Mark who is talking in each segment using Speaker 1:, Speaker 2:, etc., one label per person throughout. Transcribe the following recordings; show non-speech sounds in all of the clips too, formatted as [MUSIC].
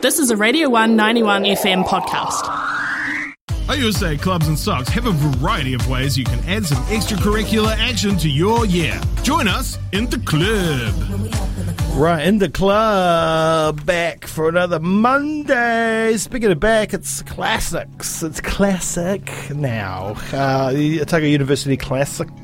Speaker 1: This is a Radio 191 FM podcast.
Speaker 2: OUSA Clubs and Socks have a variety of ways you can add some extracurricular action to your year. Join us in the club.
Speaker 3: Right, in the club, back for another Monday. Speaking of back, it's classics. It's classic now. Uh, the Otago University Classical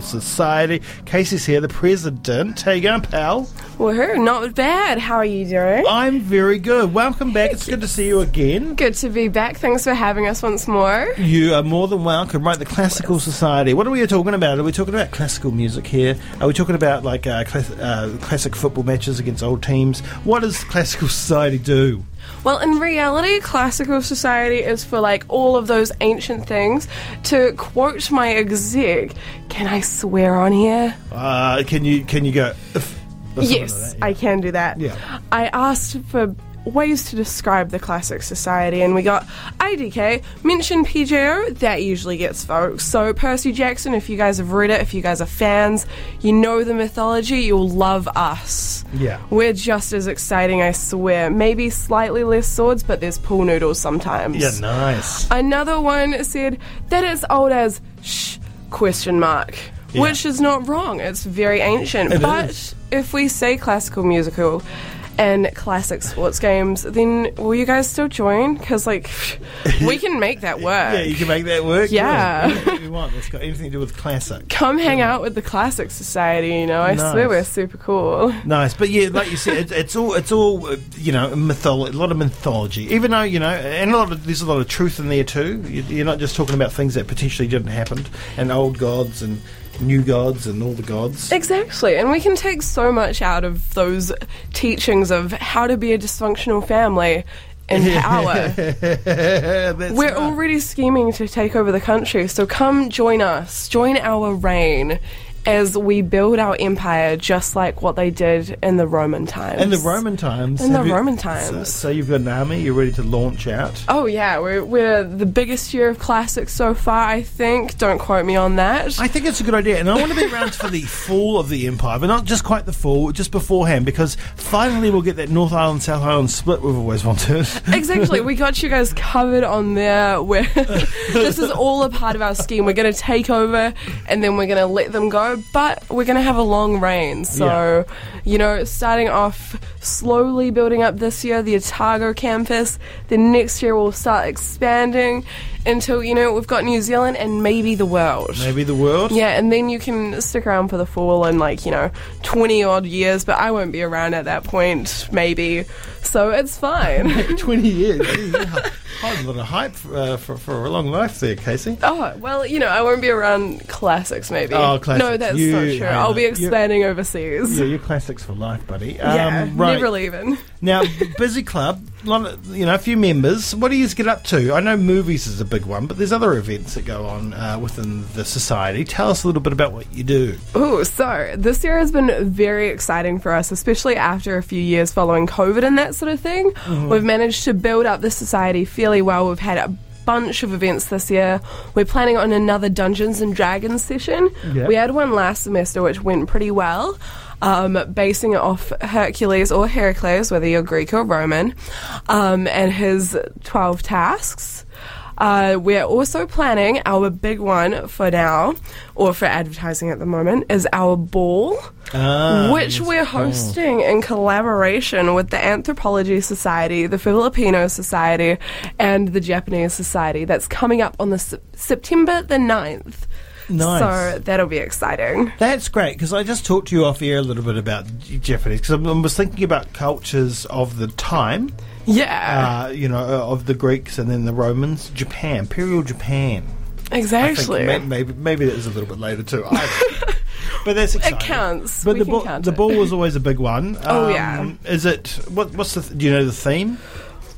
Speaker 3: Society. Casey's here, the president. How you going, pal?
Speaker 4: Woohoo, not bad. How are you doing?
Speaker 3: I'm very good. Welcome back. It's good to see you again.
Speaker 4: Good to be back. Thanks for having us once more.
Speaker 3: You are more than welcome. Right, the Classical Society. What are we talking about? Are we talking about classical music here? Are we talking about like uh, class- uh, classic football matches against old teams? What does Classical Society do?
Speaker 4: Well, in reality, classical society is for like all of those ancient things. To quote my exec, can I swear on here?
Speaker 3: Uh, can you can you go? "If," or something
Speaker 4: yes,
Speaker 3: like that,
Speaker 4: I can do that.
Speaker 3: Yeah.
Speaker 4: I asked for ways to describe the classic society, and we got IDK, mention PJO, that usually gets folks. So, Percy Jackson, if you guys have read it, if you guys are fans, you know the mythology, you'll love us.
Speaker 3: Yeah.
Speaker 4: We're just as exciting, I swear. Maybe slightly less swords, but there's pool noodles sometimes.
Speaker 3: yeah. yeah,
Speaker 4: Uh,
Speaker 3: nice.
Speaker 4: Another one said that it's old as shh question mark, which is not wrong. It's very ancient.
Speaker 3: It
Speaker 4: but
Speaker 3: is.
Speaker 4: if we say classical musical and classic sports games, then will you guys still join?
Speaker 3: [LAUGHS]
Speaker 4: Because like we can make that work.
Speaker 3: Yeah, you can make that work.
Speaker 4: Yeah. [LAUGHS]
Speaker 3: Anything you want. It's got anything to do with classic.
Speaker 4: Come hang out with the Classic Society, you know. I swear
Speaker 3: Nice.
Speaker 4: we're super cool.
Speaker 3: Nice, but yeah, like you said, it, it's all it's all uh, you know mytholo- a lot of mythology. Even though you know, and a lot of there's a lot of truth in there too. You, you're not just talking about things that potentially didn't happen, and old gods and new gods and all the gods.
Speaker 4: Exactly, and we can take so much out of those teachings of how to be a dysfunctional family
Speaker 3: [LAUGHS]
Speaker 4: and power.
Speaker 3: That's
Speaker 4: We're
Speaker 3: right.
Speaker 4: already scheming to take over the country, so come join us. Join our reign as we build our empire just like what they did in the Roman times.
Speaker 3: in the Roman times.
Speaker 4: In the
Speaker 3: have you-
Speaker 4: Roman
Speaker 3: So,
Speaker 4: times.
Speaker 3: so you've got an army. You're ready to launch out.
Speaker 4: Oh, yeah, we're, we're the biggest year of classics so far, I think. Don't quote me on that.
Speaker 3: I think it's a good idea, and I want to be around for the fall of the empire, but not just quite the fall, just beforehand, because finally we'll get that North Island South Island split we've always wanted. [LAUGHS]
Speaker 4: exactly, we got you guys covered on there. We're [LAUGHS] this is all a part of our scheme. We're going to take over and then we're going to let them go, but we're going to have a long reign. So.
Speaker 3: Yeah.
Speaker 4: you know, starting off slowly building up this year, the Otago campus. Then next year we'll start expanding until, you know, we've got New Zealand and maybe the world.
Speaker 3: Maybe the world. [LAUGHS]
Speaker 4: Yeah, and then you can stick around for the fall in like, you know, 20 odd years, but I won't be around at that point, maybe. So it's fine. [LAUGHS]
Speaker 3: 20 years. Yeah. Quite a lot of hype uh, for, for a long life there, Casey.
Speaker 4: oh, well, you know, I won't be around classics, maybe.
Speaker 3: Oh, classics.
Speaker 4: No, that's
Speaker 3: You-
Speaker 4: not true.
Speaker 3: Hannah,
Speaker 4: I'll be
Speaker 3: you-
Speaker 4: expanding overseas.
Speaker 3: Yeah, you're classics for life, buddy.
Speaker 4: [LAUGHS]
Speaker 3: Um,
Speaker 4: yeah,
Speaker 3: right.
Speaker 4: never leaving.
Speaker 3: Now, busy club, lot of, you know, a few members. What do you get up to? I know movies is a big one, but there's other events that go on uh, within the society. Tell us a little bit about what you do.
Speaker 4: Ooh, so this year has been very exciting for us, especially after a few years following COVID and that sort of thing. We've managed to build up the society fairly well. We've had a bunch of events this year. We're planning on another Dungeons and Dragons session.
Speaker 3: Yeah.
Speaker 4: We had one last semester which went pretty well. Um, basing it off Hercules or Heracles, whether you're Greek or Roman, um, and his 12 tasks. Uh, we're also planning our big one for now, or for advertising at the moment, is our ball,
Speaker 3: Ah,
Speaker 4: which we're hosting in collaboration with the Anthropology Society, the Filipino Society, and the Japanese Society. That's coming up on the Sep- September the 9th.
Speaker 3: Nice.
Speaker 4: So that'll be exciting.
Speaker 3: That's great because I just talked to you off air a little bit about Japanese because I was thinking about cultures of the time,
Speaker 4: Yeah,
Speaker 3: uh, you know, uh, of the Greeks and then the Romans, Japan, Imperial Japan. I think
Speaker 4: exactly.
Speaker 3: may- maybe maybe that is a little bit later too. I don't
Speaker 4: [LAUGHS]
Speaker 3: know. but that's exciting.
Speaker 4: counts.
Speaker 3: But
Speaker 4: We
Speaker 3: the
Speaker 4: can
Speaker 3: ball,
Speaker 4: count
Speaker 3: the
Speaker 4: it.
Speaker 3: ball was always a big one. Um,
Speaker 4: [LAUGHS] Oh, yeah.
Speaker 3: Is it what? What's the? Th- do you know the theme?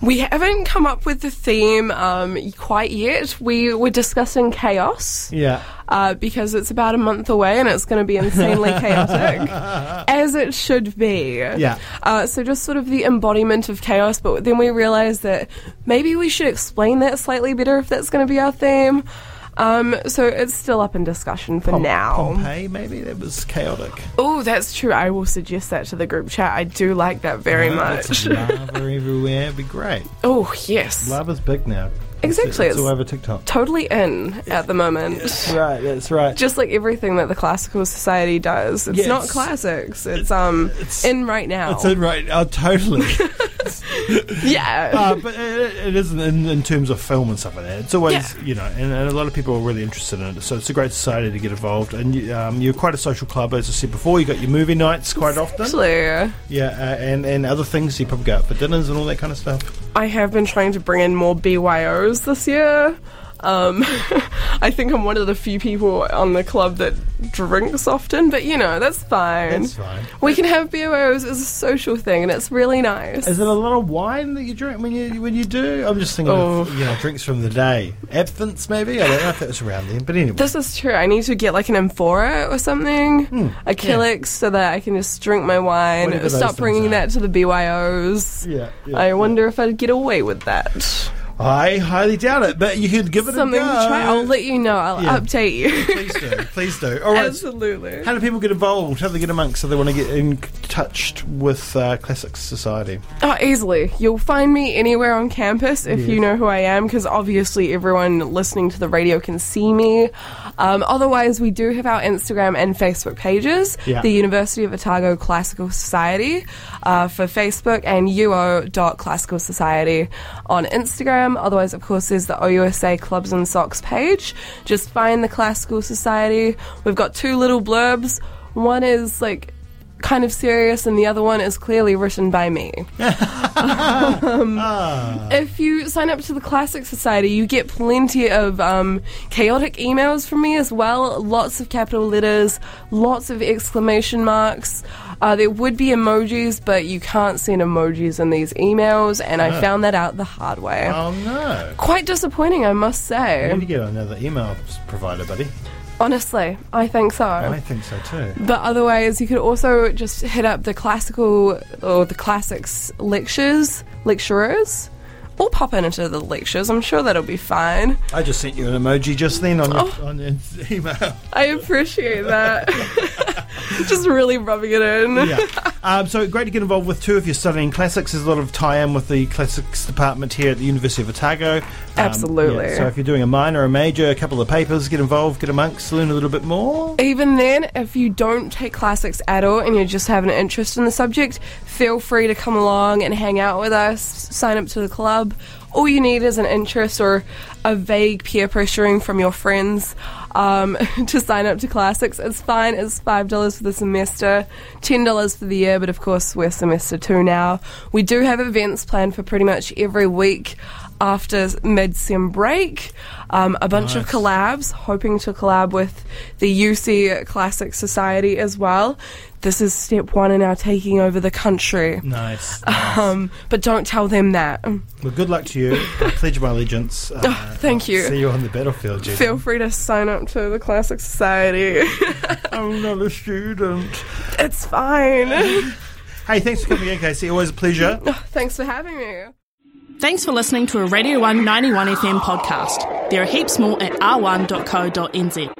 Speaker 4: We haven't come up with the theme um, quite yet. We were discussing chaos.
Speaker 3: Yeah.
Speaker 4: uh, because it's about a month away and it's going to be insanely chaotic, as it should be.
Speaker 3: Yeah.
Speaker 4: Uh, so just sort of the embodiment of chaos, but then we realised that maybe we should explain that slightly better if that's going to be our theme. Um, so it's still up in discussion for
Speaker 3: Pom-
Speaker 4: now.
Speaker 3: Pompeii, maybe that was chaotic.
Speaker 4: Oh, that's true. I will suggest that to the group chat. I do like that very
Speaker 3: Lots
Speaker 4: much.
Speaker 3: of lava everywhere. It'd be great.
Speaker 4: [LAUGHS] Oh, yes.
Speaker 3: Lava's big now.
Speaker 4: Exactly,
Speaker 3: It's, it's all
Speaker 4: it's-
Speaker 3: over TikTok.
Speaker 4: Totally in at the moment.
Speaker 3: Right, that's right.
Speaker 4: Just like everything that the classical society does. It's
Speaker 3: Yeah,
Speaker 4: not
Speaker 3: it's-
Speaker 4: classics. It's um
Speaker 3: it's-
Speaker 4: in right now.
Speaker 3: That's it, right? Oh, totally.
Speaker 4: [LAUGHS] yeah.
Speaker 3: uh, but it, it isn't in, in terms of film and stuff like that. It's always,
Speaker 4: Yeah.
Speaker 3: you know, and, and a lot of people are really interested in it. So it's a great society to get involved. And you, um, you're quite a social club, as I said before. You got your movie nights quite often.
Speaker 4: Actually,
Speaker 3: Yeah, uh, and, and other things. You probably go out for dinners and all that kind of stuff.
Speaker 4: I have been trying to bring in more BYOs this year. Um, [LAUGHS] I think I'm one of the few people on the club that drinks often, but you know, that's fine.
Speaker 3: That's fine.
Speaker 4: We can have BYOs as a social thing, and it's really nice.
Speaker 3: Is it a lot of wine that you drink when you when you do? I'm just thinking
Speaker 4: Oh.
Speaker 3: of you know drinks from the day, absinthe maybe. I don't know if that was around then, but anyway.
Speaker 4: This is true. I need to get like an amphora or something, a Killix, so that I can just drink my wine.
Speaker 3: Hmm. Whatever those
Speaker 4: Stop
Speaker 3: things
Speaker 4: bringing
Speaker 3: are.
Speaker 4: that to the BYOs.
Speaker 3: Yeah, yeah,
Speaker 4: I
Speaker 3: yeah.
Speaker 4: wonder if I'd get away with that.
Speaker 3: I highly doubt it, but you could give it
Speaker 4: Something
Speaker 3: a go.
Speaker 4: to try. I'll let you know. I'll
Speaker 3: Yeah.
Speaker 4: update you.
Speaker 3: please do, please do. All right.
Speaker 4: [LAUGHS] Absolutely.
Speaker 3: How do people get involved? How do they get amongst? So they want to get in touch with uh, Classic Society.
Speaker 4: Oh, easily. You'll find me anywhere on campus if you know who I am, because obviously everyone listening to the radio can see me. Um, otherwise, we do have our Instagram and Facebook pages,
Speaker 3: Yeah.
Speaker 4: the University of Otago Classical Society uh, for Facebook and uo.classicalsociety on Instagram. Otherwise, of course, there's the OUSA Clubs and Socks page. Just find the Classical Society. We've got two little blurbs. One is like kind of serious, and the other one is clearly written by me.
Speaker 3: Ah,
Speaker 4: If you sign up to the Classic Society, you get plenty of um, chaotic emails from me as well. Lots of capital letters, lots of exclamation marks. Uh, there would be emojis, but you can't send emojis in these emails, and I found that out the hard way.
Speaker 3: oh no!
Speaker 4: Quite disappointing, I must
Speaker 3: You need
Speaker 4: say.
Speaker 3: to get another email s- provider, buddy.
Speaker 4: Honestly, I think so.
Speaker 3: I think so too.
Speaker 4: But otherwise, you could also just hit up the classical or the classics lectures, lecturers, or pop into the lectures. I'm sure that'll be fine.
Speaker 3: I just sent you an emoji just then on your, on your [LAUGHS] email.
Speaker 4: I appreciate that. just really rubbing it in.
Speaker 3: yeah. Um, so great to get involved with too if you're studying classics. There's a lot of tie-in with the classics department here at the University of Otago. Um,
Speaker 4: Absolutely.
Speaker 3: yeah, so if you're doing a minor or a major, a couple of papers, get involved, get amongst, learn a little bit more.
Speaker 4: Even then, if you don't take classics at all and you just have an interest in the subject, feel free to come along and hang out with us, sign up to the club. All you need is an interest or a vague peer pressuring from your friends um, [LAUGHS] to sign up to classics. It's fine, it's $5 for the semester, $10 for the year, but of course, we're semester two now. We do have events planned for pretty much every week after mid-sem break. Um, a bunch of collabs, hoping to collab with the UC Classic Society as well. This is step one in our taking over the country.
Speaker 3: Nice. Uh,
Speaker 4: Um, but don't tell them that.
Speaker 3: well, good luck to you. I pledge my allegiance. Uh,
Speaker 4: thank you.
Speaker 3: See you on the battlefield, Judy.
Speaker 4: Feel free to sign up to the Classic Society. [LAUGHS]
Speaker 3: I'm not a student. [LAUGHS]
Speaker 4: it's fine.
Speaker 3: Hey, thanks for coming in, Casey. Always a pleasure.
Speaker 4: Thanks for having me.
Speaker 1: Thanks for listening to a Radio 191 FM podcast. There are heaps more at r1.co.nz.